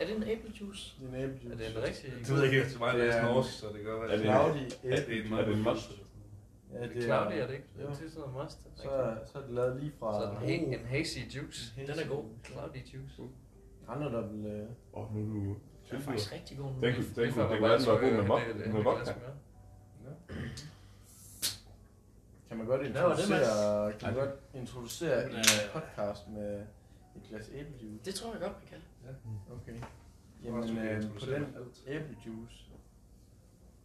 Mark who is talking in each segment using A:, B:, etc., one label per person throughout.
A: Er det en æblejuice?
B: Det er en æblejuice.
A: Er det en rigtig?
C: Det ved jeg ikke, til mig
B: Det
C: det
B: er-
C: er norsk, så det kan godt være.
D: Er det-
B: Cloudy
C: at det er en
B: æble.
D: Er det en
C: must?
D: must?
B: Ja,
A: Er det cloudy, er det ikke? Det er
B: Jo.
A: til sådan noget mustard.
B: Så, er- så er det lavet lige fra... Uh,
A: Så en, ha- en hazy juice.
B: En hazy.
A: Den er god. Cloudy juice.
B: Andre, der vil... øh,
D: Åh, oh, nu er du...
A: Den er faktisk rigtig god nu.
D: Den kunne-
A: Det-
D: den
A: det får
D: kunne- den
A: man
D: kunne
A: bare
D: være god med
A: trykker
D: mok-
A: det- det- det
D: med
A: glas
D: vodka.
A: mere.
B: Kan man godt
A: Hvad var det,
B: introducere, kan man
D: Ej.
B: godt introducere en
C: Men, øh,
B: podcast med et glas æblejuice?
A: Det tror jeg godt, vi kan.
B: Okay.
C: Også,
B: Jamen,
C: du kan
B: øh, på
C: introducere
B: den
C: dem alt.
B: æblejuice,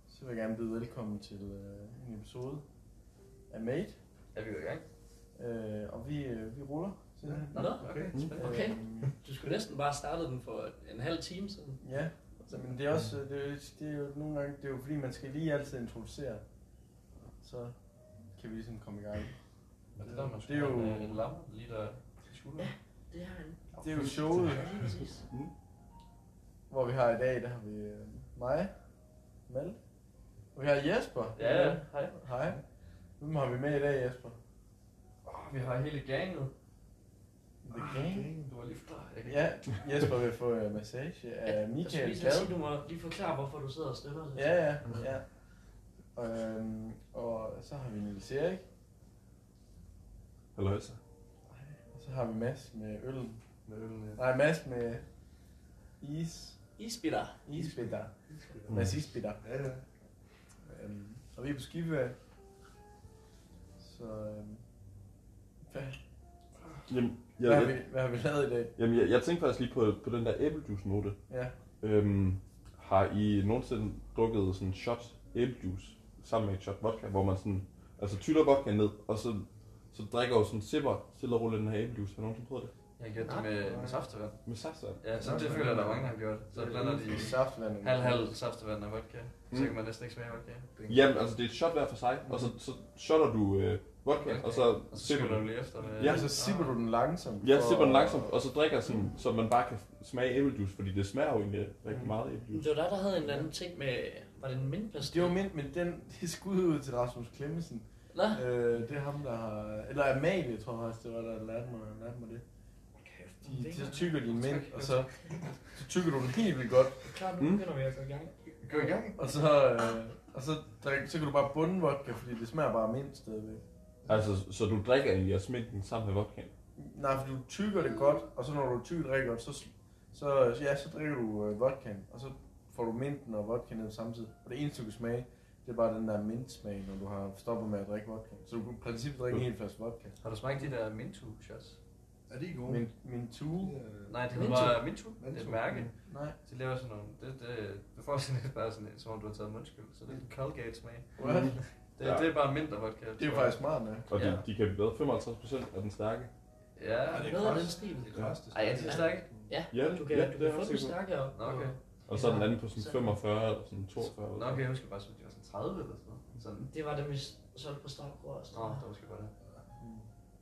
B: så vil jeg gerne byde velkommen til øh, en episode af Made.
A: Er vi jo i gang?
B: Øh, og vi, øh, vi ruller simpelthen.
E: Nå,
C: okay.
E: okay. Okay.
B: Øhm,
E: Du skulle næsten bare starte den for en halv time siden.
B: ja, så, men det er også, øh, det, er- det er jo nogle gange, det er jo fordi, man skal lige altid introducere, så kan vi ligesom komme i gang.
A: Og det der, man
B: Det er
A: skulle have
B: jo-
A: en, en lam lige der i skulderen.
E: Det er en.
B: Det er jo showet,
E: Ja, lige præcis.
B: hvor vi har i dag, der har vi øh, mig, Mal, og vi har Jesper.
A: Ja, ja, hej.
B: Hej. Hvem har vi med i dag, Jesper?
A: Oh, vi har hele gangen.
B: The Gang.
A: Du var lige klar. Jeg kan-
B: Ja, Jesper vil få øh, massage af
E: Jeg skulle
B: Michael
E: lige til at sige,
B: Gad.
E: du må lige forklare, hvorfor du sidder og støtter dig.
B: Ja, ja, ja. Øhm, og så har vi Niels Erik,
D: Hallo, altså.
B: og så har vi Mads med øllen.
C: Med øllen, ja.
B: Nej, Mads med is,
E: Isbitter.
B: isbitter. Mads isbitter.
C: Ja, ja.
B: Øhm, og vi er på skiferie. Så øhm, hvad,
D: Jamen, jeg,
B: hvad, har vi, hvad har vi lavet i dag?
D: jamen, jeg, jeg tænkte faktisk lige på, på den der æblejuice-note.
B: Ja.
D: Øhm, har I nogensinde drukket sådan en shot æblejuice sammen med et shot vodka, hvor man sådan, altså tyller vodka ned, og så, så drikker jo sådan sipper, stille og roligt den her æblejuice. Har nogen, som prøvet det?
A: Jeg har gjort det med, med saftevand.
D: Med saftevand.
A: Ja, så det føler jeg, der er mange, der har gjort. Så blander de
B: Saftvandet.
A: halv-halv saftevand og vodka. Så
D: Mm.
A: kan man næsten ikke smage vodka.
D: Jamen, altså det er et shot hver for sig, og så, så shotter du øh, vodka, og så
A: Og så
D: sipper
A: skyller du
D: du.
A: lige efter med...
B: Ja, så sipper du den langsomt.
D: Ja,
B: for-
D: sipper den langsomt, og så drikker sådan, så man bare kan smage æblejuice, fordi det smager jo egentlig rigtig
B: Mm.
D: meget
E: Men
D: æblejuice.
E: det var dig, der havde en eller anden ting med... Var det en mindpastil?
B: Det var mindre, men den, det er skud ud til Rasmus Klemmesen.
E: Nå,
B: Øh, det er ham, der har... Eller Amalie, tror jeg faktisk, det var, der lærte mig, lærte mig det.
E: kæft.
B: De,
E: det
B: så
E: er
B: tykker de en mænd, og så, så tykker du den helt vildt godt.
E: klart,
D: Mm.
E: nu begynder vi at gå i gang.
A: Gå i gang.
B: Og så, øh, og så, drik, så kan du bare bunde vodka, fordi det smager bare mindst stadigvæk.
D: Altså, så du drikker egentlig og smidt den sammen med vodkaen.
B: Nej, for du tykker det godt, og så når du tykker det rigtig godt, så, sl- så, ja, så drikker du øh, vodkaen, og så får du minten og vodkaen ned samtidig. Og det eneste, du kan smage, det er bare den der mintsmag, når du har stoppet med at drikke vodka. Så du kan i princippet drikke en hel flaske vodka.
A: Har du smagt de der Mintu shots?
C: Er de gode?
B: Min, min tue?
A: Nej, det hedder
E: Mintu?
A: bare Mintu. Det er et
C: Mintu.
A: mærke.
B: Nej.
A: De laver sådan nogle... Det, det, du får sådan lidt bare sådan, som om du har taget mundskyld. Så det er Colgate smag.
B: What?
A: Det,
D: Ja.
A: det er bare mindre vodka.
B: Det er jo faktisk smart, ja.
D: Og de,
A: Ja.
D: de kan bedre 55% af den stærke.
A: Ja.
C: Ej, det er
E: Noget af
C: krass.
E: den stil.
C: Det er krass, det er
A: Ej, er de stærke?
E: Ja,
D: Ja,
E: du kan,
D: ja,
E: du
D: det er
E: kan få
D: også
E: den
D: sikkert.
E: stærkere.
A: Nå, okay.
D: Og så er den anden på
E: Ja.
D: sådan 45 eller sådan 42.
A: Nå, okay, jeg husker bare, at de var sådan 30 eller sådan noget. Sådan.
E: Det var dem, vi solgte på Starkor og sådan
A: Nå,
E: noget.
A: det var sgu bare det.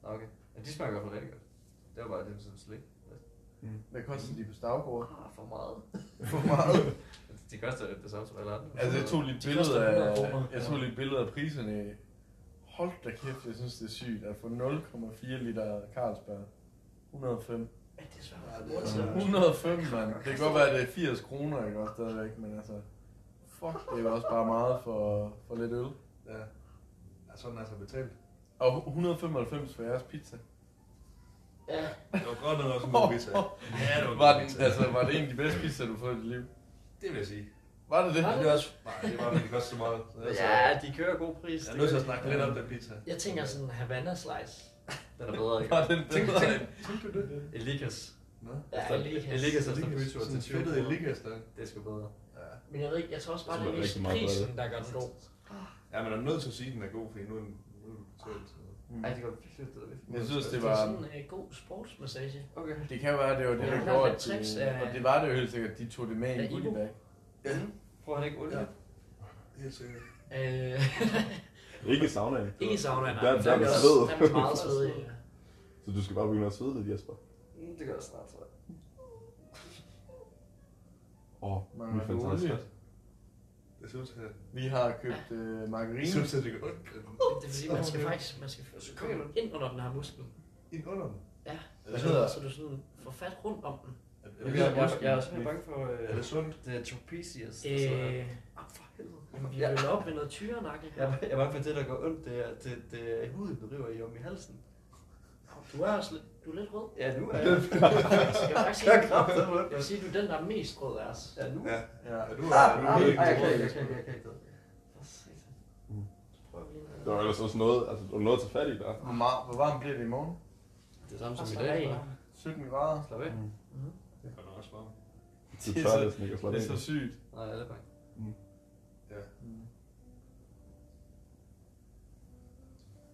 A: Nå, okay. Ja, de smager i hvert fald rigtig godt. Det var bare det, som slik.
D: Mm.
B: Hvad koster de på Stavgård?
A: Ah, for meget.
B: For meget.
A: De koster det samme som alle andre.
B: altså, jeg tog lige et billede
E: koster 100
B: af,
E: kroner.
B: jeg tog lige et billede af priserne. Hold da kæft, jeg synes, det er sygt at få 0,4 liter Carlsberg. 105.
E: Ja, det er svært.
C: Ja,
E: Ja,
C: det er-
B: 105, mand. Det kan godt være, at det er 80 kroner, ikke også stadigvæk, men altså... Fuck, det er jo også bare meget for, for lidt øl.
C: Ja. Ja, sådan er så betalt.
B: Og 195 for jeres pizza.
E: ja.
C: Det var godt nok også en god pizza. Ja, det var, en god
B: Var det,
C: pizza.
B: altså, var det en af de bedste pizzaer, du har fået i dit liv?
C: Det vil jeg sige.
B: Var det det?
E: Var
C: Det er også... Nej, det var men det koster så meget. Så altså,
A: Ja, de kører god pris.
C: Jeg er nødt til at snakke lidt om den pizza.
E: Jeg tænker sådan en Havana slice.
A: Den er bedre, ikke?
B: Var det bedre end-
C: Tænkte du det?
A: Elikas.
C: Nå.
E: Ja,
A: Efter-
E: Elikas.
A: Elikas efter
C: Elikas.
A: bytur
C: Sådan
A: til
C: en
A: 20
C: fedtet
A: kroner.
C: Elikas, der.
A: Det er sgu bedre.
C: Ja.
E: Men jeg ved ikke, jeg tror også bare,
D: Det
E: det er
D: smager
E: mest
D: rigtig meget godt,
E: prisen, der gør den god.
C: Ja, men er nødt til at sige, at den er god, fordi nu er den nu er den betalt. så-
B: Mm.
A: Ej, det går fedt. det er lidt-
B: Jeg synes, det
E: Det er
B: var...
E: sådan en uh, god sportsmassage.
A: Okay.
B: Det kan være, det var det,
E: Ja,
B: der
E: der
B: gjorde,
E: er
B: at
E: tricks
B: de,
E: af-
B: og det var det jo helt sikkert, at de tog det med i
E: af
B: en
E: Ivo.
B: goodiebag.
C: Ja,
A: Får han ikke olie?
C: Ja. helt sikkert.
E: Øh,
D: Ikke i saunaen.
E: ikke sauna, nej.
D: Der- der er
E: Den
D: man
E: også-
D: sved.
E: Den er meget svedig. ja.
D: Så du skal bare begynde at svede lidt, Jesper.
A: Mm, Det gør jeg snart, tror jeg.
D: Åh, oh,
B: Mangler
D: min fandt
B: du
D: også
B: olie?
D: godt.
C: Jeg synes, at
B: Vi har købt øh,
C: jeg
B: margarine.
C: synes, at det går ondt.
E: Det er fordi, man skal faktisk man skal f- komme ind under den her muskel.
C: Ind under den.
E: Ja,
C: Hvad
B: hedder-
E: så du sådan får fat rundt om den.
C: Er-
A: Jeg,
E: ved,
A: jeg,
E: jeg-
A: jeg,
E: jeg-
A: jeg, er bange for
C: Er
A: uh,
C: det sundt?
A: The Trapezius. Øh.
E: Øh, ah, for helvede. Jamen, vi
A: Ja.
E: vil op ved noget tyrenakke
A: Jeg,
E: her.
A: er- jeg er bange for, at det, der går ondt, det er, det, det er huden, der river i om i halsen.
E: Du er også lidt, du er lidt rød.
A: Ja, nu er jeg.
E: Jeg vil faktisk
A: Jeg er
E: sige,
A: kraft, det er
E: jeg vil sige, du er den, der er mest rød af os.
A: Ja, nu.
C: Ja.
B: Ja.
C: Ja, du er, du er
A: Ah,
C: helt
A: ej, jeg kan
C: rød.
A: ikke, jeg kan ikke, jeg kan ikke.
E: For satan.
D: Mm.
E: Så prøver vi lige noget.
D: Der var ellers også noget, altså, der var noget at tage fat i der.
B: Hvor, meget, hvor varmt bliver det i morgen?
A: Det er samme
E: Og
A: som i
E: så
A: dag.
E: er I.
A: bare.
B: 17 grader.
A: Slap af.
E: Mhm.
C: Det er også varmt.
D: Det
B: Det er
D: tør
B: så-
D: næsten ikke at slå
B: Det er
D: det
B: så
D: ind.
B: sygt.
A: Nej, alle er bange.
B: Mm.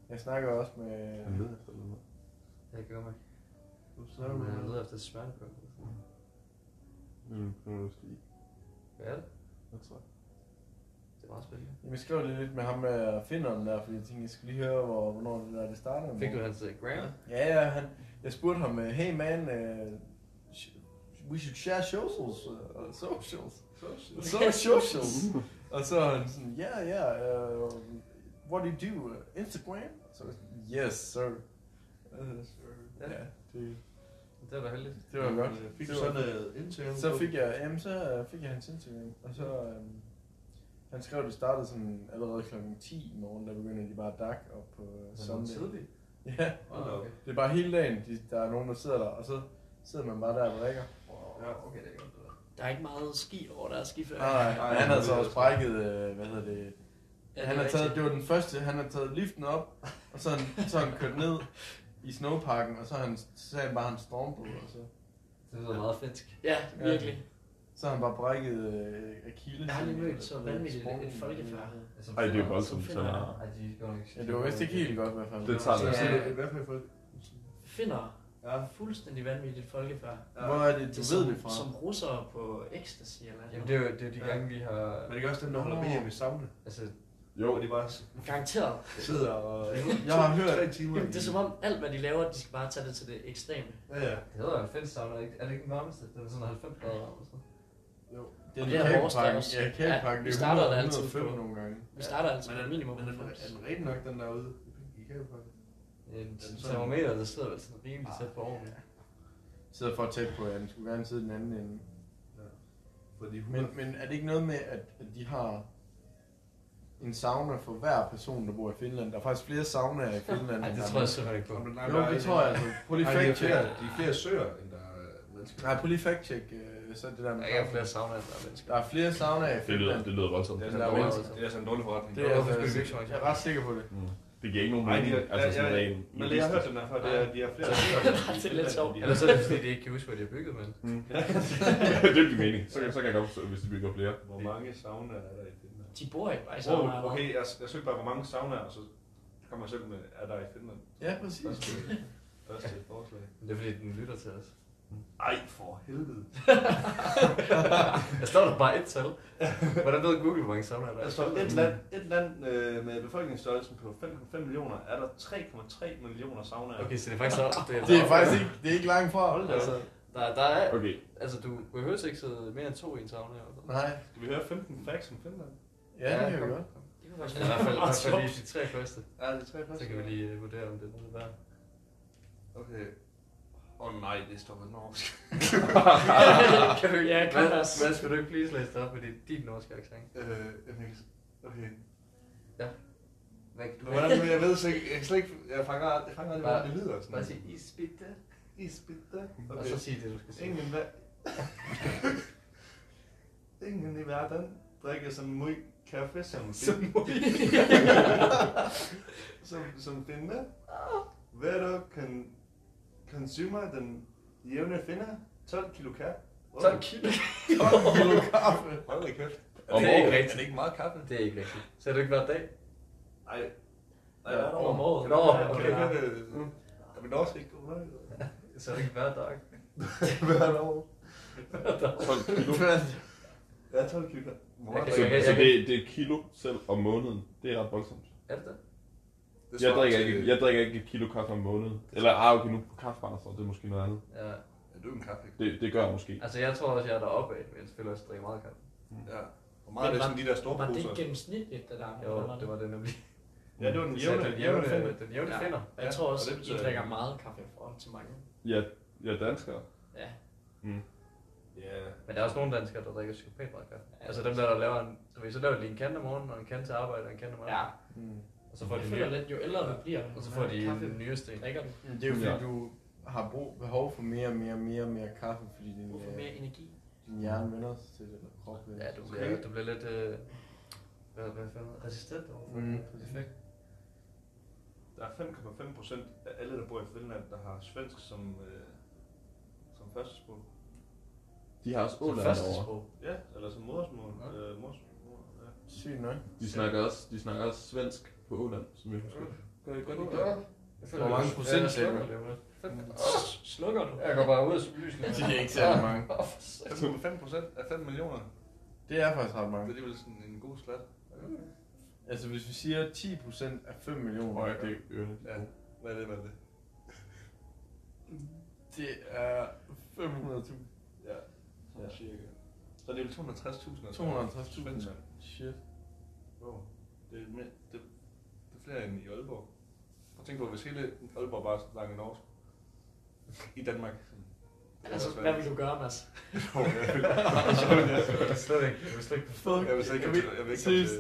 B: Jeg snakker også med...
D: Han leder efter noget.
A: Jeg gør mig. ikke.
B: Så
A: Så
B: er
A: er
B: du
A: man
B: med.
A: leder efter et smertekøb.
D: Nu nu er du skal i.
A: Hvad er det?
D: Hvad tror jeg?
A: Det er meget spændende.
B: Jamen, jeg skrev lige lidt med ham med finderen der, fordi jeg tænkte, jeg skulle lige høre, hvor, hvornår det der det startede.
A: Fik du hans uh, gram?
B: Ja, ja, han, jeg spurgte ham, øh, hey man, uh, sh- we should share socials. Uh, socials. So socials. og så er han sådan, yeah, yeah, uh, what do you do? Uh, Instagram? Og Så, var jeg sådan, yes, sir. Uh,
A: Ja.
B: ja, det,
A: Det var da heldigt.
B: det var godt.
C: Øh, Fik du
B: Det var-
C: sådan noget indtale?
B: Så fik jeg, jamen, så øh, fik jeg hans Instagram, og så... øhm, han skrev, at det startede sådan allerede kl. 10 i morgen, der begynder de bare at dak op på øh, Sunday.
A: Altså, tidligt.
B: Ja,
C: Hold da op.
B: det er bare hele dagen, de, der er nogen, der sidder der, og så sidder man bare der og drikker.
A: Ja, okay, det er godt. det der.
E: Der er ikke meget ski over, der er skiferie.
B: Nej,
C: nej,
B: nej, han havde så
C: det er
B: også brækket, øh, hvad hedder det,
E: Ja,
B: han
E: det
B: har
E: er
B: taget,
E: rigtigt.
B: det var den første, han har taget liften op, og så har han, så har han kørt ned i snowparken, og så har han, så har han bare en storm på, og så,
A: Det lyder meget finsk.
E: Ja,
B: Ja.
E: virkelig.
B: så har han bare brækket øh, Achilles.
E: Jeg har lige
B: i-
E: mødt så vanvittigt
B: sprungen.
E: et folkefærd.
D: Ej, det er jo voldsomt,
E: Så
D: så
E: finder
A: Altså,
D: der.
A: Ej, de gør nok ikke.
B: Ja, det var vist ikke helt godt i hvert fald.
D: Det tager
A: Ja.
D: det.
C: Ja.
D: altså.
C: Hvad for folk?
E: Finder
C: Ja.
E: fuldstændig vanvittigt folkefærd.
B: Hvor er det, du
E: Det
B: ved
E: som-
B: det fra?
E: Som russere på ecstasy eller noget.
A: Jamen, det er jo det er jo de gange, vi har...
C: Men det er også dem, der holder VM i sauna.
A: Altså,
D: Jo,
C: Hvor de bare
E: Garanteret.
C: sidder og...
B: Jeg har hørt-
C: Tre timer.
E: Jamen, det er
C: i-
E: som om alt, hvad de laver, de skal bare tage det til det ekstreme.
C: Ja, ja.
A: det hedder jo finsk sauna, ikke? Er det ikke den varmeste? Den er sådan 90 grader varm. og sådan.
B: Det er
E: Det er
B: lokal
E: vores
B: pakke.
E: dags.
B: Ja,
E: Ja,
B: kæbepakken.
E: vi starter da altid på-
B: nogle gange.
E: Vi starter altså
C: Men er
E: med
C: den
E: minimum
C: minimum? Er den,
E: 90.
C: er den rigtig nok, den derude? I kan jo faktisk.
A: Ja, en
C: sådan-
A: Øhm, termometer, der sidder vel sådan rimelig tæt på ovnen.
B: Sidder for tæt på, ja. Den skulle gerne sidde den anden ende.
C: Fordi hun...
B: Men, men er det ikke noget med, at at de har en sauna for hver person, der bor i Finland? Der er faktisk flere saunaer i Finland.
A: Ej,
B: end
A: det
B: der er
A: tror jeg
B: mennesker.
A: simpelthen ikke på.
B: Jo, det tror jeg. Altså. Prøv lige
C: Nej, de er
B: fact-check.
C: flere, de er flere søer, end der er mennesker.
B: Nej, prøv lige fact-check. øh, Så det der
A: Der
B: med
A: er ikke flere saunaer, der er mennesker.
B: Der er flere saunaer i
D: det lyder,
B: Finland.
D: det lyder voldsomt.
C: Det er
B: der
C: sådan
B: er
C: en dårlig,
A: mennesker.
C: det er altså en dårlig forretning.
B: Det er
A: Hvorfor skal vi
B: altså,
A: ikke så mange
B: jeg er ret sikker på det.
D: Mm. Det giver ikke nogen
C: Nej,
D: mening.
C: de er,
D: altså
C: altså,
D: sådan
C: jeg,
D: ren
C: men jeg har hørt den der før, Altså, det er, de er flere søer.
E: Det er lidt sjovt. Altså,
A: Eller så er det fordi, de ikke kan huske, hvad de har bygget, men...
D: Mm. det giver mening. Så kan, så kan jeg godt forstå, hvis de bygger flere.
C: Hvor mange saunaer er der i Finland?
E: De bor ikke bare i sauna.
C: Wow, okay, jeg, jeg søgte bare, hvor mange saunaer, og så kommer jeg selv med, er der i Finland?
B: Ja, præcis.
C: Første, første forslag.
A: Men Det er fordi, den lytter til os.
C: Ej, for helvede.
A: Jeg står der bare et tal. Hvordan ved Google, hvor mange saunaer der er?
C: Altså, et land, et land øh, med befolkningsstørrelsen på 5,5 millioner, er der 3,3 millioner saunaer.
A: Okay, så det er faktisk også...
B: Det er faktisk ikke, det er ikke langt fra.
C: Hold da op.
A: Altså, der, der er...
D: Okay,
A: Altså, du behøver ikke sidde mere end to i en sauna. Eller sådan.
B: Nej.
C: Skal vi høre 15 facts om Finland?
B: Ja, det kan vi
A: kom.
B: godt.
E: Det kunne faktisk
A: Eller Altså, i hvert fald,
E: meget
A: i hvert fald
E: sjovt.
A: lige de tre første.
C: Ja, det er tre
A: Så kan vi lige øh, vurdere, om det er noget værd.
C: Okay. Åh oh, nej, det står på norsk.
E: Kan du- Ja, kan
A: Mads,
E: også.
A: Mads, vil du ikke please læse det op, fordi det er din norske accent.
C: Øh, jeg kan ikke... Okay.
A: Men kan
C: Men hvordan vil jeg ved så ikke... Jeg, kan slet ikke, jeg fanger aldrig, jeg fanger aldrig hvordan det lyder. Sådan.
A: bare sige isbitte,
C: Isbitte.
A: og
C: Okay.
A: så sige det, du skal sige.
C: Ingen, va- Ingen i verden drikker så meget kaffe som, fin- som, som finne. Hver dag kan consumer den jævne finne 12 kilo kaffe. Wow.
A: 12 kilo.
B: 12 kilo kaffe.
C: Hold da kæft.
D: Om
A: Det er ikke
D: året.
C: Er
A: rigtigt.
C: det ikke meget kaffe?
A: Det er ikke rigtigt. Så er det ikke hver dag?
C: Nej. Nej,
A: Ja,
C: hvert år.
E: om året.
A: Nå,
E: Ja,
A: okay.
E: ja.
A: Mm.
C: Er vi norsk ikke god nok?
A: Så er det ikke hver dag.
C: Hvert år.
D: 12 kilo.
C: Ja, 12 kilo.
A: Jeg kan-
D: Så,
A: jeg kan-
D: så Altså, det, det er kilo selv om måneden. Det er ret voldsomt.
A: Er det det?
D: Jeg drikker, ikke, jeg drikker ikke et kilo kaffe om måneden. Eller ah, okay, nu på kaffebar, så det er måske noget andet.
A: Ja.
C: Er du en kaffe?
D: Det, det gør jeg måske.
A: Altså, jeg tror også, jeg er deroppe af, men jeg spiller også drikker meget kaffe.
C: Ja. Hvor meget er det sådan de der store
E: Var det
C: poser?
E: ikke gennemsnitligt, det der?
A: Jo, det var det nemlig.
C: Ja, det var den
A: Så
C: jævne,
A: den jævne,
C: finde.
A: den jævne
E: Ja.
A: finder.
E: Jeg tror også,
C: Ja, og det
E: I
C: betyder-
E: drikker meget kaffe i forhold til mange.
D: Ja, jeg er dansker.
E: Ja.
D: Mm.
A: der er også nogle danskere, der drikker psykopatvodka. Altså dem der, der laver en, du ved, så laver de lige en kande om morgenen, og en kande til arbejde, og en kande om
E: Ja,
A: aftenen.
B: Mm.
A: Og så får
E: jeg
A: de,
E: føler
A: nye,
E: lidt, jo ældre man bliver,
A: og så får de
E: kaffe,
A: en nyeste en.
E: drikker du,
B: Men Det er jo fordi,
D: Ja.
B: du har brug, behov for mere, mere, mere, mere kaffe, fordi din,
E: du får
B: øh,
E: mere energi.
B: din hjerne vender sig til det, eller krop vender
A: Ja,
B: sig
A: du
B: til
A: bliver,
B: det.
A: du bliver lidt øh, hvad, hvad fanden, resistent overfor
B: Mhm.
A: mm. perfekt.
C: Der er 5,5 procent af alle, der bor i Finland, der har svensk som, øh, som førstesprog.
D: De har også
A: Som
D: Åland
A: første
D: over.
A: sprog.
C: Ja, eller som modersmål.
A: Nå.
C: Øh, modersmål ja.
B: Sygt nok.
D: De snakker også, de snakker også svensk på Åland, som jeg husker.
A: Gør I godt
B: ikke
A: det?
B: Hvor mange procent
A: slukker
B: cirka?
A: det, men-
E: Slukker du?
A: Jeg går bare ud af lysene.
B: Det er ikke særlig mange.
C: 5,5 procent af 5 millioner.
B: Det er faktisk ret
C: Det er
B: mange.
C: alligevel sådan en god slat.
B: Altså hvis vi siger 10% af 5 millioner,
D: Og det er ørende.
C: Ja. Hvad er det, hvad er det?
B: det er 500.000.
C: Ja, sådan
B: Ja.
C: ja. cirka. Så det er vel 260.000.
B: 250.000.
C: Svensker.
B: Shit.
C: Wow. Det er, mere, det, det er flere end i Aalborg. Og tænk på, hvis hele Aalborg bare snakker norsk. I Danmark.
E: Altså, hvad vil du gøre, Mads?
A: Jeg vil slet ikke, jeg vil slet ikke.
B: Fuck.
C: Jeg vil slet ikke komme til, jeg vil ikke komme til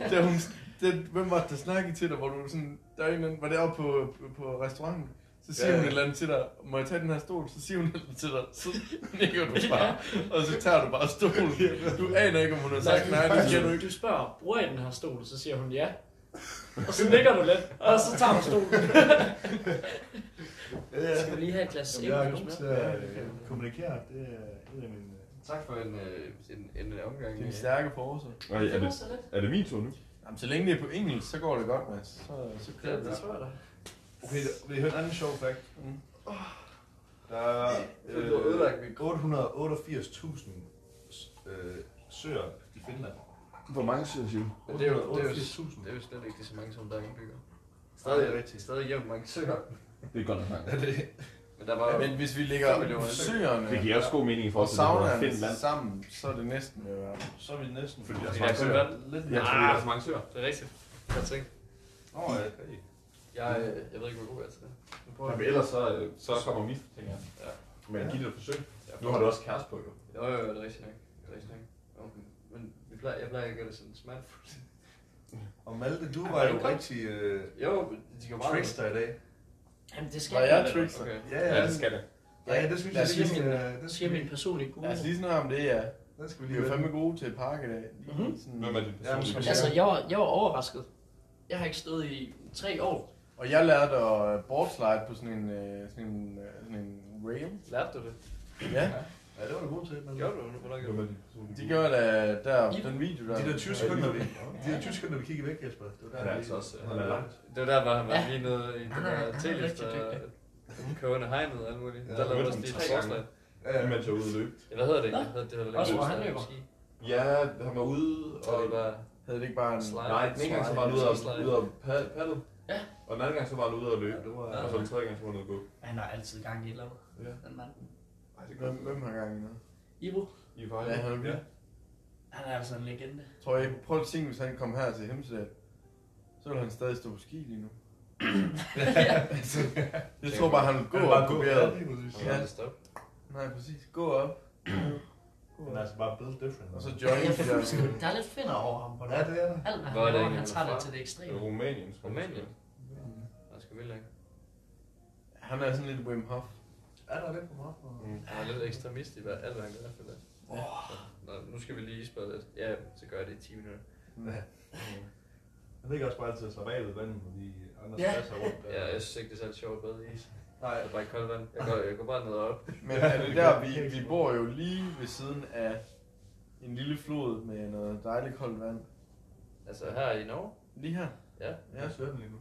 C: Aalborg.
B: Da hun, den, hvem var det, der snakkede til dig, hvor du sådan, der er en, eller anden- var det oppe på, på restauranten? Så siger
C: Ja,
B: ja,
C: ja.
B: hun et eller andet til dig, må jeg tage den her stol? Så siger hun et eller andet til dig, så nikker du bare, og så tager du bare stolen. Du aner ikke, om hun har sagt nej, det kan du ikke.
E: Du spørger, bruger jeg den her stol? Så siger hun ja. Og så nikker du lidt, og så tager du stolen. Skal vi lige have et glas
C: Jamen, jeg er
E: æblejuice
C: god til
E: med?
B: Ja, det
C: at
B: kan
C: øh, kommunikere. Det er en af mine... øh,
A: Tak for en, øh, en, en, en omgang.
B: Det er en
A: øh,
B: stærke forse.
D: Ej, er det, er det min tur nu?
B: Jamen, så længe det er på engelsk, så går det godt, Mads. Så, så kører
E: Det,
B: det.
E: det tror jeg da.
C: Okay, vi hører en anden sjov fact.
B: Mm.
C: Der er øh,
A: Du har ødelagt mit
C: 888.000 øh, søer i Finland.
D: Hvor mange synes du?
A: Men det er jo, det er jo,
C: 88.000.
A: det er jo slet ikke så mange, som der er indbygger.
C: Stadig
A: Stadig,
C: rigtigt.
A: rigtigt. stadig jævnt mange søger.
D: Det er godt nok mange.
A: Men der var
B: Men
A: men,
B: hvis vi
A: Så vil det
B: lægger
A: jo-
B: søerne
D: Det giver også god mening i
B: og
D: forhold til, at det hedder
B: saunaerne
D: Finland.
B: sammen, så er det næsten øh, ved at være.
C: Så er vi næsten...
D: Fordi
A: der
D: der
A: er
D: er
A: så
D: så
A: mange søer.
C: Lidt
D: Ja, fordi der er så mange søer.
A: det er rigtigt. Jeg tænkte,
C: Nå, ja, okay.
A: jeg, øh, jeg ved ikke, hvor god jeg er til det. Nu prøver
D: Ja,
A: jeg.
D: men ellers så, øh, så kommer mit, tænker jeg.
A: Ja.
D: Men giv det et forsøg.
A: Jeg
D: Nu har du også kæreste på, jo.
A: Jo, jo, jo, det er rigtigt nok. Det er rigtigt nok. Jo, Men vi plejer, jeg plejer ikke at gøre det sådan smertefuldt.
C: Og Malte, du
E: Ja,
C: var
E: det er
C: jo
E: godt.
C: rigtig øh,
A: Jo, men de kan meget.
C: trickster i dag.
E: Jamen, det skal
B: Var jeg trickster?
A: Okay.
C: Ja,
D: Ja, det skal det.
C: Ja, det synes
B: Lad
C: jeg,
B: os
E: sige
C: det skal,
E: min-
C: øh, den
E: Det skal
C: skal, vi,
E: min personlige gode.
B: Lad os lige snakke om det, ja.
C: den skal vi
B: Vi
C: lige
B: er jo
C: vende.
B: fandme gode til park i dag. Lige
E: Mhm.
B: sådan-
D: Hvem er din personlige?
B: Ja,
E: Altså, jeg var, jeg var overrasket. Jeg har ikke stået i tre år.
B: Og jeg lærte at øh, boardslide på sådan en, øh, sådan en, øh, sådan en rail.
A: Lærte du det?
B: Ja,
C: Ja, det var du god til, Malte.
A: Gjorde du det? Hvor langt
D: Hvem
A: gjorde
D: er
A: du
D: din personlige?
B: de gør da der
E: I-
B: den video der.
C: De der 20 sekunder, vi,
D: Ja.
C: de der 20 sekunder, vi kiggede væk, Jesper. Det var der,
D: Han er
C: vi-
D: altså også... øh,
C: Ja.
D: Han er langt.
A: det? Det var der, hvor han var
E: Ja.
A: lige nede i den
E: Han er- han
A: der
E: er
A: telist
E: rigtig
A: og
E: dygtig.
A: kørende hegnet og alt muligt.
C: Ja,
A: Der lavede
D: men
A: vi også
D: den
A: lige et
D: tager
A: forslag.
C: Ja,
D: Ja.
C: ja.
D: Man tager ud og løbe.
A: Ja, hvad hedder det?
E: Nå.
A: Hvad hedder det, det
E: Også hvor han løber.
D: Ja, han var ude
A: Og
D: og...
A: det var
B: Havde det ikke bare en...
A: slide.
D: Nej, den ene gang så var han ude og, ude og pad- paddle.
E: Ja.
D: Og den anden gang så var han ude og løbe.
C: Ja, det var...
A: Ja.
D: Og så den tredje gang så var han ude at gå.
E: Han har altid gang i et eller andet,
D: Ja.
E: den mand.
D: Ej, det er
B: Hvem,
D: godt.
B: hvem har gang i noget?
E: Ibo,
D: I var
B: Ja, han er vild.
D: ja.
E: han er altså en legende.
B: Tror jeg, prøv at tænke, hvis han kom her til Hemsedal, så ville han stadig stå på ski lige nu. Jeg tror bare, han ville gå
C: Han er bare
B: op
C: god.
B: på
C: Ja,
B: bjerget.
C: lige præcis.
A: Ja, det stop.
B: Nej, præcis. Gå op. Gå
C: Han er
B: op.
C: altså bare built different.
B: Og så
E: Ja,
B: Johnny.
E: jeg
B: der-
E: føler sgu, der er lidt finder over ham på det.
C: Ja, det er der.
E: Alt hvad han
A: Hvor er det
E: laver,
A: egentlig,
E: han
A: han er
E: tager
A: fra?
E: det til det
D: Det er
E: ekstreme.
D: Rumænien, tror jeg.
A: Rumænien? Jeg skal vildt ikke.
B: Han er sådan lidt Wim Hof.
C: Er der lidt for meget for?
D: Mm.
A: Han er lidt ekstremist i hvad alt, hvad han gør, føler jeg. Nå, nu skal vi lige spørge lidt. Ja, så gør jeg det i 10 minutter.
C: Han ligger også bare altid og slapper af ved vandet, når de andre
E: Ja.
C: ja. stresser rundt.
A: Ja, jeg synes ikke, det er særlig sjovt at bade i is.
C: Nej,
A: Jeg er bare i koldt vand. Jeg går, jeg går bare ned og op.
B: Men er det der, vi, vi bor jo lige ved siden af en lille flod med noget dejligt koldt vand.
A: Altså her i Norge.
B: Lige her.
A: Ja.
B: ja.
C: jeg søger den lige nu.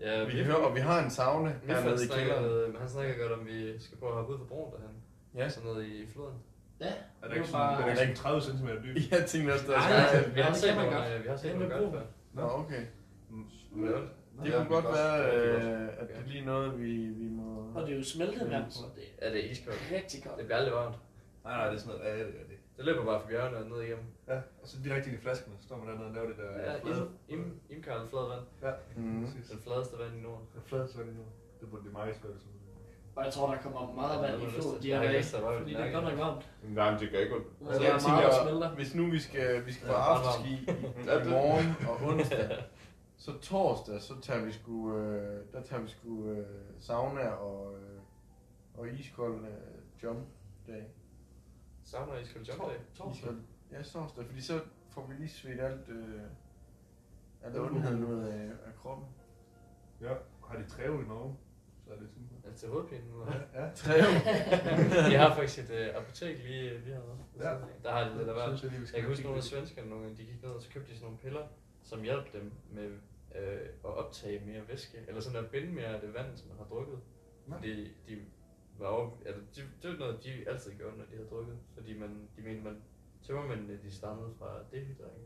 A: Ja,
B: Vi hører, og vi har en sauna
A: Miffan
B: hernede i kælderen.
A: snakkede, han snakkede godt om, vi skal prøve at hoppe ud på broen derhen.
B: Ja.
A: Så ned i floden.
E: Ja,
C: Er
E: det
C: der
E: er jo
C: ikke sådan, er der
E: bare...
C: ikke sådan 30 cm dyb?
B: Jeg tænkte også, der
E: Ej,
B: var
E: nej.
B: sådan-
A: vi har
E: Ja, det
A: set
E: kan man
A: nogle,
E: godt.
A: øh, vi har set
E: Den
A: nogle
E: med
A: godt
E: broen.
A: før.
B: Nå, okay.
A: Ja.
B: Det kunne godt være,
A: øh...
B: øh, at det er lige noget, vi, vi må...
E: Og det er jo smeltet vand, så det
A: Ja, det er
E: er
A: iskoldt.
E: rigtig godt.
A: Det bliver aldrig varmt.
C: Nej, nej, det er sådan noget. Ja, det er det.
A: Det løber bare fra bjergene og ned igennem. øh,
C: Ja, og så direkte ind i flasken, og så står man dernede og laver det der
A: Ja,
C: flade. Mm-hmm.
A: im- im- imkarnet flad vand.
C: Ja,
B: Mhm.
C: præcis.
A: Den fladeste vand i Norden.
C: Det er flade sådan nu. Det burde det meget svært.
E: Og jeg tror, der kommer meget vand i floden de
A: Ja,
E: her
A: jeg
E: dage.
A: vidste, der var jo
E: Fordi
A: lidt
E: det er
A: langt.
E: godt nok varmt.
C: Nej, men det gør ikke ondt.
E: Og
B: Altså,
E: der
B: jeg
E: er meget, der
B: tænker-
E: smelter.
B: Hvis nu vi skal, vi skal
A: Ja,
B: på
A: meget
B: afterski i,
C: Ja,
B: i
C: det-
B: morgen og onsdag, så torsdag, så tager vi sgu, øh, der tager vi sgu øh, sauna og, øh, og iskold øh, jump dag.
A: Savner I skal jump day?
E: Torsdag.
B: Iskold, ja, torsdag, fordi så får vi lige svedt alt, øh, alt
C: Det er
B: ondenheden
C: okay.
B: ud af, af kroppen.
C: Ja, har de træve i Norge? Så er det sådan.
A: Er det til hovedpinen nu?
C: Ja,
B: Træv.
A: Jeg har faktisk et øh, apotek lige, øh, lige hernede.
C: Ja.
A: Der har de det der værd.
C: jeg lige, vi
A: Jeg kan huske nogle af svenskerne, nogle gange, de gik ned, og så købte de sådan nogle piller, som hjalp dem med øh, at optage mere væske, eller sådan at binde mere af det vand, som man har drukket.
C: Nå.
A: Fordi de var over, altså, de, det var noget, de altid gjorde, når de havde drukket, fordi man, de mente, man tømmermændene, de stammede fra dehydrering.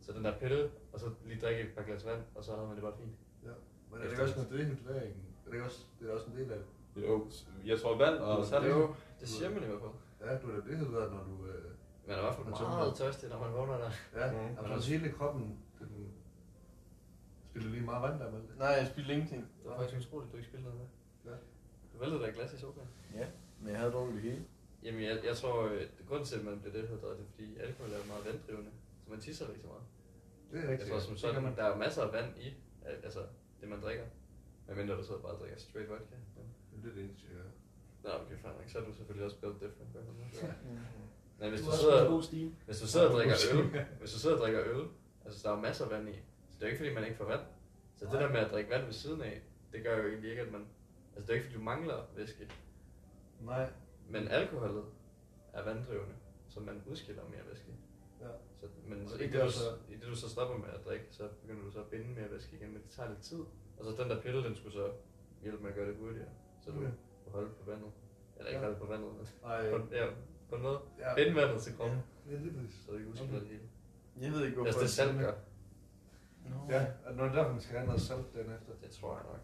A: Så den der pille, og så lige drikke et par glas vand, og så havde man det bare fint.
C: Men er det ikke også noget dehydrering? Er det ikke også, det er også en del af det?
D: Jo, jeg tror vand og salt.
A: Det, jo, det siger man i hvert fald.
C: Ja, du er da dehydreret, når du... Øh,
A: Man er i hvert fald
C: Og tømmer.
A: meget tørstig, når man vågner der.
C: ja,
D: Mhm.
C: mm. altså hele kroppen, den spiller lige meget vand der med.
B: Nej, jeg spildte ingenting.
A: Det var faktisk utroligt, du ikke spillede noget med.
C: Ja.
A: Du væltede da et glas i sofaen.
B: Men jeg havde drukket det hele.
A: Jamen, jeg, jeg tror, øh, grunden til, at man bliver dehydreret, det er, fordi alkohol er meget vanddrivende, så man tisser ikke så meget.
C: Det er
A: Jeg
C: rigtigt.
A: tror, som
C: Det kan
A: sådan,
C: man.
A: der er masser af vand i, al- altså det, man drikker. Men mindre du så bare drikker straight vodka. Men-
C: Jamen, Det er det eneste, jeg gør.
A: Nå, okay, fair nok. Så er du selvfølgelig også built different. hvad man nu gør. Men hvis
E: Du
A: du,
E: har også en
A: sidder,
E: god stil.
A: hvis du sidder og drikker
C: Ja,
A: øl, hvis du sidder og drikker øl, altså der er jo masser af vand i, så det er jo ikke, fordi man ikke får vand. Så det
C: Nej.
A: der med at drikke vand ved siden af, det gør jo egentlig ikke, at man... Altså det er jo ikke, fordi du mangler væske.
C: Nej,
A: Men alkoholet er vanddrivende, så man udskiller mere væske.
C: Ja.
A: Så, men
C: Og
A: så i,
C: det
A: det,
C: gør
A: du,
C: så-
A: i det du så stopper med at drikke, så begynder du så at binde mere væske igen, men det tager lidt tid. Og så den der pille, den skulle så hjælpe med at gøre det hurtigere, så du
C: Okay.
A: kan holde på vandet. Eller ikke
C: Ja.
A: holde på vandet, men
C: nej.
A: på, ja, på en måde.
C: Ja,
A: Binde vandet til kroppen,
C: det er lige præcis.
A: så du ikke udskiller det hele.
B: Jeg ved ikke, hvorfor.
A: Altså det salt gør,
B: Nå.
C: Ja, og det er derfor, man skal have noget salt den efter.
A: det tror jeg nok.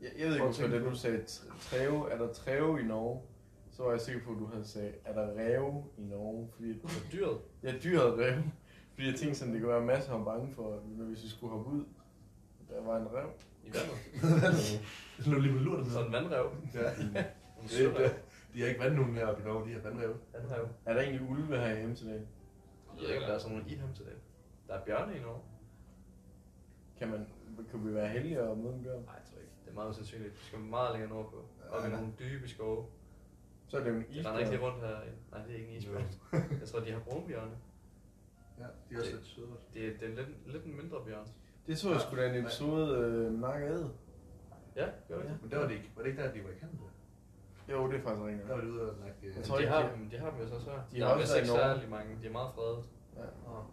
B: Jeg, jeg ved ikke,
C: Prøv at
B: hvorfor
C: tænke
B: det
C: på.
B: du sagde tr- træve, er der træve i Norge? Så var jeg sikker på, at du havde sagt, er der ræve i Norge? Fordi
A: Så Altså, dyret,
B: jeg dyrede ræve. Fordi jeg tænkte sådan, det kunne være masser af bange for, men hvis vi skulle hoppe ud, der var en ræv.
A: i vandet,
C: Det lå lige på lurten.
A: sådan en vandrev,
C: Ja,
A: en
C: det, er-
A: sørev,
C: det, de har ikke vandhunden heroppe i Norge, de har vandræve.
A: vandrev.
B: Er der egentlig ulve her i Hemsedal?
A: Jeg ved ikke, om der er sådan nogle i ham til det. Der er bjørne i Norge.
B: Kan man, kan vi være heldige og møde en bjørn?
A: Nej, jeg tror ikke. Det er meget usandsynligt. Du skal meget længere nordpå. Og med
C: Ja.
A: nogle dybe skove.
B: Så er det jo en
A: Jeg render ikke lige
B: isbjørn.
A: rundt her. Nej, det er ikke en isbjørn. Jeg tror, de har brunbjørne.
C: Ja, de er også lidt søde.
A: Det er, det er lidt, lidt en mindre bjørn.
B: Det så jeg sgu da en episode øh, Nak og Æd.
A: Ja, gør det.
B: Ja.
A: Ja.
C: Men der var det ikke, var det ikke der, de var i Canada?
B: Jo, det er faktisk rigtigt.
C: Der var det ude øh, og nakke...
B: Jeg tror
A: De
B: ikke,
A: har,
B: de-
A: dem, de har dem jo så svært.
B: de
A: De
B: har
A: har
B: også
A: vist
B: været i
A: ikke
B: Norge.
A: særlig mange. De er meget fredet.
B: Ja.
C: Åh,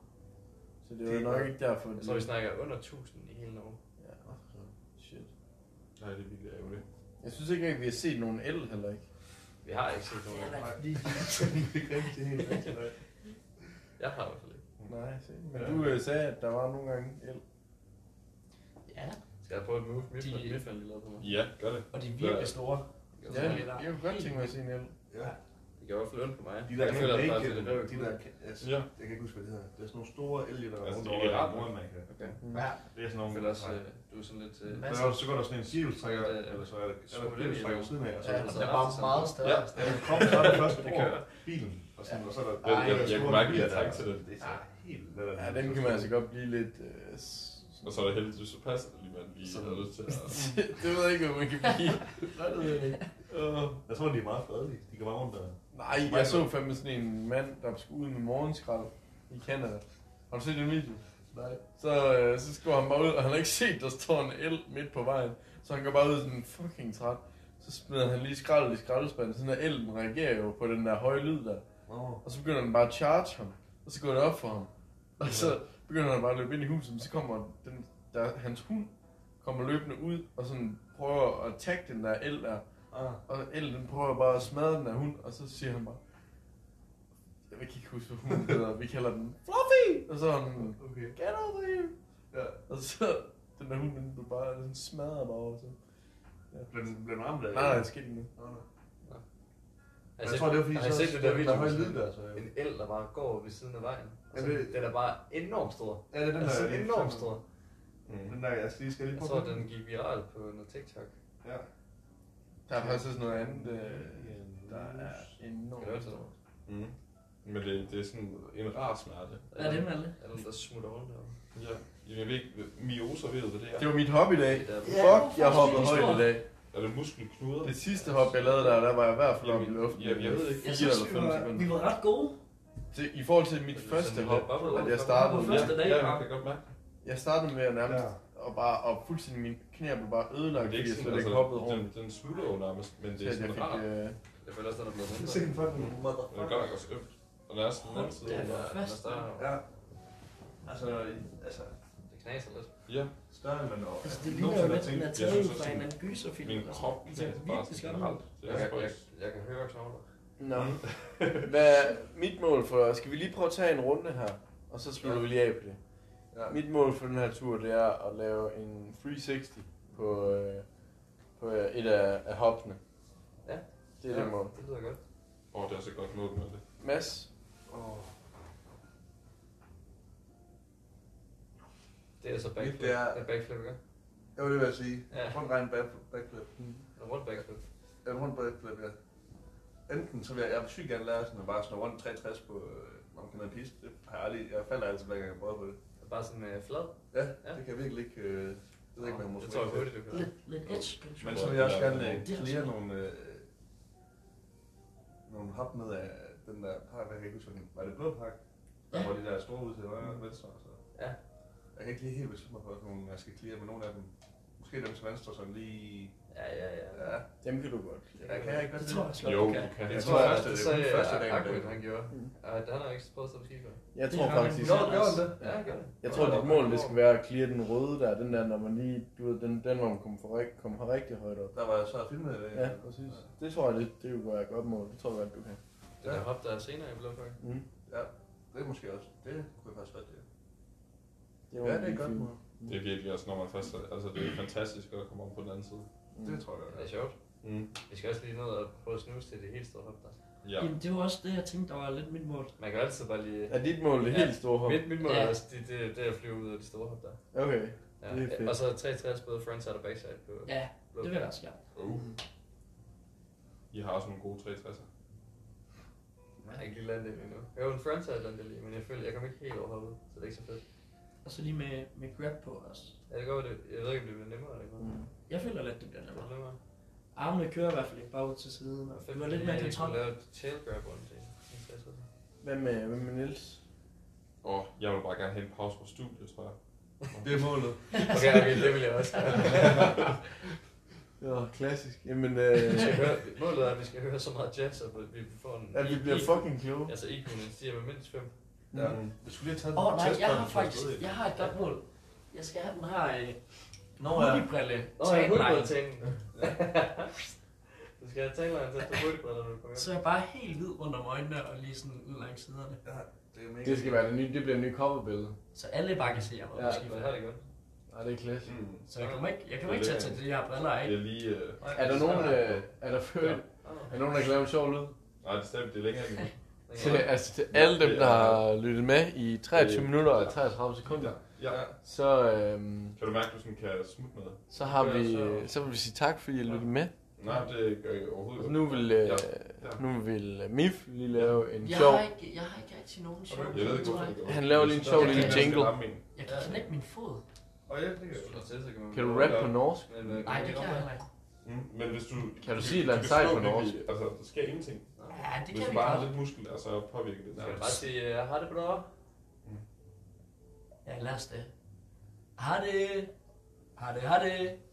B: Så det var nok ikke derfor.
A: Jeg tror, vi
B: de-
A: snakker under 1000 i hele Norge.
B: Ja,
C: så.
B: shit.
D: Nej, det er virkelig ærgerligt.
B: Jeg synes ikke rigtig, vi har set nogen el heller ikke.
A: Vi har ikke set nogen.
C: Nej, det er ikke rigtig helt rigtigt. nej.
A: Jeg har i hvert fald ikke.
B: Nej, se. Men
D: Ja.
B: du øh, sagde, at der var nogle gange el.
E: Ja,
A: Skal jeg prøve et move? Mit
E: De-
A: de... fandt lige lavet på mig.
D: Ja, gør det.
E: og de er virkelig store.
A: Det
B: Ja,
A: gjorde-
E: Ja.
B: jeg kunne godt tænke mig at se en el.
C: Ja,
A: Det gjorde i hvert fald ondt på mig.
C: de der
A: jeg føler, at det faktisk er lidt
C: naked,
A: røvigt.
C: de der, altså,
D: Ja.
C: jeg kan ikke huske, hvad det hedder. Det er sådan nogle store elge, der er
D: Altså,
C: rundt
D: det er
C: over. i
D: ikke ret
C: Nordamerikas.
D: Nordamerika.
A: Okay.
C: Ja,
D: Det er sådan
A: Jeg
D: nogle...
A: føler også, øh, du er sådan lidt... øh,
E: Masser.
C: så går der sådan en cirkelstrækker,
A: Ja, ja.
C: eller så er der, er der
A: Skubber
C: en
A: lidt i
C: cirkelstrækker
A: den.
C: ved siden af, og så
E: Ja,
C: er altså, der
E: der er bare meget
C: Ja,
E: større.
C: ja, den kommer så er det første
D: Det
C: over
D: kører.
C: bilen, og, sådan, og så er der...
E: Jeg- jeg-
D: jeg kunne bare ikke lide at tanke til det.
C: Det er så helt... det er-
B: Ja, den kan man altså godt blive lidt... Øh, s-
D: Og så er det heldigvis så passer det lige, man lige havde lyst til at...
B: det ved jeg ikke, hvad man kan blive.
C: Jeg tror, de er meget fredelige. De kan bare rundt der.
B: Nej, jeg så fandme sådan en mand, der skulle ud med morgenskrald i Canada. Har du set den video?
C: Nej.
B: Så, øh, så skulle han bare ud, og han har ikke set, der står en el midt på vejen. Så han går bare ud sådan fucking træt. Så smider han lige skraldet i skraldespanden, sådan at elden reagerer jo på den der høje lyd der.
C: Nå.
B: Og så begynder den bare at charge ham. Og så går det op for ham. Og så begynder han bare at løbe ind i huset, men så kommer den, der, hans hund kommer løbende ud og sådan prøver at tagge den der el der.
C: Ah.
B: Og el den prøver bare at smadre den der hund, og så siger han bare, jeg kan ikke huske, hvad hunden hedder, vi kalder den Fluffy! Og så er han,
C: Okay.
B: get over here!
C: Ja.
B: Og så den der hund, den blev bare, den smadrer bare over så.
C: Blev den, blev den ramt af?
B: Nej, nej, det skete ikke noget.
C: Nå, nå.
A: har I
C: Jeg
A: set-
C: tror, det er fordi,
A: har I
C: så
A: set det der video?
C: Der er høj
A: med
C: lyd der, så...
A: sådan Øh, En el, der bare går ved siden af vejen. Og
C: Ja,
A: så,
C: det-
A: den er bare enormt stor.
C: Ja, det er den der...
A: Altså
C: jeg lige-
A: enormt stor.
D: Mm.
C: Mhm. Den der, jeg skal lige skal lige
A: Jeg
C: på.
A: tror, den gik viral på noget TikTok.
C: Ja.
B: Der er faktisk også noget andet, øh, der er enormt
A: Kan det være
B: stort.
D: Mm. Men det, det er sådan en rar smerte.
E: Hvad er det, Malte?
A: Er der nogen, der smutter rundt derovre?
D: Ja. Jamen, Jeg ved ikke, mioser ved du, hvad det er?
B: Det var mit hop i dag.
A: Det er der.
B: Fuck, jeg hoppede
E: det er
B: højt i
E: stort.
B: dag.
D: Er det muskelknuder?
B: Det sidste hop, jeg lavede der, der var jeg i hvert fald oppe i luften.
D: Jamen, jeg ved ikke.
E: Jeg
B: Fire
E: synes,
B: eller
E: vi
B: fem
E: var,
B: sekunder.
E: vi var ret gode.
B: Det- I forhold til mit
A: Det er
B: første
A: sådan,
B: hop,
A: det er-
B: at jeg startede
E: På
B: med,
E: første dag,
D: ja,
E: bare.
D: jeg kan godt mærke. det.
B: jeg startede med at nærmest og bare og fuldstændig mine knæ blev bare ødelagt,
D: Men
B: fordi
D: det er ikke
B: jeg
D: sådan,
B: slet
D: altså,
B: ikke hoppede
D: den,
B: rundt.
D: den smutter jo nærmest, men
B: Så
D: det er
B: at jeg
D: sådan
B: fik,
D: rar. Men
B: øh,
A: Jeg føler også, der er blevet mindre.
C: Sikke en fucking
D: Det er
C: motherfucker.
D: godt nok også ømt. Og der er sådan en anden side.
E: Det er
A: Eller- eller
E: fast.
A: større.
C: Ja. Altså, altså,
A: Det knaser lidt.
D: Ja,
C: større end man er.
E: Altså, det ligner jo lidt, den er taget
D: synes
E: ud fra
D: også,
E: en
D: at
E: anden gyserfilm.
D: min
E: eller sådan
D: krop
E: noget. Det er
D: knæser bare
E: virkelig
D: sådan
E: skræmmende.
D: generelt. Det
A: Jeg, jeg,
D: er
A: jeg,
D: spøjs.
A: jeg kan høre knogler.
B: Nå. Hvad er mit mål for... Skal vi lige prøve at tage en runde her? Og så slutter vi lige af på det.
C: Ja.
B: Mit mål for den her tur, det er at lave en 360 på, øh, på øh, et af, af hoppene.
A: Ja.
B: Det er ja. det mål.
A: Det lyder godt.
D: Åh, det er så godt mål med det.
B: Mads?
C: Åh,
A: Det er så backflip.
C: Det
A: Det
C: er-
A: er backflip, ikke?
C: Jeg vil det vil jeg sige.
A: Ja.
C: Rundt regn back- backflip.
A: En rundt backflip.
C: En rundt backflip, ja. Enten så vil jeg, jeg vil sygt gerne lære sådan at bare sådan rundt 63 på, øh, når man kan piste. Det har jeg aldrig, jeg falder altid hver gang jeg prøver på det.
A: Og bare sådan øh, flad.
C: Ja,
A: Ja.
C: det kan jeg virkelig ikke, øh, det ved jeg ikke, man må
A: Det tror jeg hurtigt, du kan.
E: Lidt, lidt edge
C: Men
E: control.
C: så vil jeg også
D: Ja,
C: gerne
D: det
C: øh,
E: er også
C: clear
E: godt.
C: nogle, øh, nogle hop ned af den der park, jeg kan ikke huske, hvad den- var det blå park? Der
E: Ja.
C: var de der store ud til højre og venstre og så.
A: Ja.
C: Jeg kan ikke lige helt beslutte mig for, at jeg skal clear med nogle af dem. Måske dem til venstre, sådan lige...
A: Ja, ja, ja.
C: Ja,
B: Dem kan du godt.
C: jeg kan jeg ikke
E: Det
C: godt
E: tror
C: lide.
E: jeg også.
D: Jo,
A: Ja.
D: du kan.
A: Det
C: Jeg
A: tror jeg,
C: tror,
A: det
C: det er
A: sagde
C: kun første dag,
A: øh,
C: man
A: Ahmed,
C: gør.
A: han gjorde.
B: Mm.
A: Og han har jo ikke prøvet at stå ski før.
B: Jeg
E: Det
B: tror
E: har
B: faktisk...
E: man
C: Gjorde gjorde den det?
A: Ja, han gjorde det.
B: Jeg tror, dit mål det skal være at clear den røde der, den der, når man lige, du ved, den, den hvor man kommer, for, rig- kommer rigtig højt op.
C: Der var jeg så øh, og filmede det.
B: Ja, præcis. Det tror jeg, det, det kunne være et godt mål. Det tror jeg godt, du kan.
A: Den der hop, der er senere i Blåfang.
B: Mm.
C: Ja, det er måske også. Det kunne jeg faktisk godt lide.
B: Det
C: Ja, det er godt. mål.
B: Mm.
D: Det er virkelig også, når man først... er- Altså, det er fantastisk at komme om på den anden side.
C: Det tror jeg
A: Det
C: godt.
A: er sjovt.
D: Mm.
A: Vi skal også lige ned og prøve at snuse til det helt store hop der.
D: Ja.
E: Jamen, det var også det, jeg tænkte, der var lidt mit mål.
A: Man kan altid bare lige...
B: Er dit mål det
A: Ja.
B: helt store hop?
A: Mit, mit mål er
E: Ja.
A: også det, det, det er at flyve ud af det store hop der.
B: Okay.
A: Ja.
B: Det er fedt.
A: Og så 63 både frontside og backside på
E: Ja,
A: Blå
E: det vil jeg også gerne.
D: Uh. I har også nogle gode 63'er.
A: Jeg har ikke lige landet det endnu. Jeg var en frontside landet lige, men jeg føler, jeg kom ikke helt over hoppet, så det er ikke så fedt.
E: Og så lige med, med grab på os.
A: Ja, det går, det, jeg ved ikke, om det bliver nemmere eller noget.
B: Mm.
E: Jeg føler lidt, det bliver
A: Det
E: nemmere.
A: bliver nemmere.
E: Armene kører i hvert fald ikke bare ud til siden. Og du har lidt mere kontrol.
A: Jeg lavede tail grab rundt til.
B: Hvad med, hvad med Niels?
D: Åh, jeg vil bare gerne have en pause fra studiet, tror jeg.
C: Det er målet.
A: Okay, okay, det vil jeg også.
B: Ja, klassisk. Jamen, øh,
A: Vi skal høre, målet er, at vi skal høre så meget jazz, at vi får en...
B: at vi bliver
A: I-
B: fucking kloge.
A: Altså IQ'en stiger med mindst 5.
C: Ja.
D: Mm.
C: Jeg skulle lige have taget
E: Åh oh,
C: den
E: nej,
C: test,
E: jeg
C: før
E: har
C: den skulle
E: faktisk,
C: afsted i.
E: jeg har et godt mål. Jeg skal have den her øh,
C: Nå, ja.
E: hoodiebrille.
A: Nå, jeg kunne
E: tanline.
A: godt tænke. Du skal have tagleren til at stå hurtigt, når du kommer
E: Så jeg er bare helt hvid rundt om øjnene og lige sådan ud langs siderne.
C: Ja, det er mega.
B: Det skal være det nye, det bliver en ny coverbillede.
E: Så alle bare kan se, at jeg var
B: Ja.
E: ja.
A: hjem. Men har det godt.
B: Nej, det er klassisk.
D: Mm.
E: Så jeg kommer ikke, jeg kommer ikke til at tage de her briller af.
D: Det er lige... Øh...
A: Nej,
B: Er der
A: så-
B: nogen, øh, er der før,
A: Åh,
B: er der nogen, der kan lave en sjov lyd?
D: Nej, det stemmer, det er længere end
A: den
B: Til,
A: går.
B: altså til alle dem, der har lyttet med i 23 minutter og 33 sekunder,
D: Ja.
B: så, øhm,
D: Kan du mærke, at du sådan kan smutte med?
B: så, har vi, så vil vi sige tak, fordi I lyttede med.
D: Nej, det gør jeg overhovedet
B: Og
D: ikke.
B: nu vil, øh,
D: Ja.
B: nu vil øh, Mif lige lave en
E: Jeg
B: sjov...
E: har ikke, jeg har ikke rigtig nogen sjov.
D: Jeg ved ikke,
E: tror
D: hvorfor
E: jeg.
D: det gør.
B: Han laver lige en sjov
E: lille
B: jingle.
E: Jeg kan knække min fod.
C: Og ja, det kan
A: Hvis du
C: jeg.
A: slår til, så man-
B: Kan du rappe på norsk?
A: Men, øh,
E: Nej, det
A: vi
E: kan jeg
A: rappe?
E: heller ikke.
D: Mm, Men hvis du...
B: Kan du
D: du
B: sige et eller andet
D: kan
B: sejt
D: slå
B: på norsk?
D: virkelig- Altså, der sker ingenting.
E: Ja, det
D: Hvis
E: kan
D: du
E: vi
D: bare har
E: godt.
D: lidt muskel, altså påvirker det
A: Så kan jeg
D: nærmest.
A: bare sige, øh, har det bra?
E: Ja, lad os det. Har det. Har det, har det.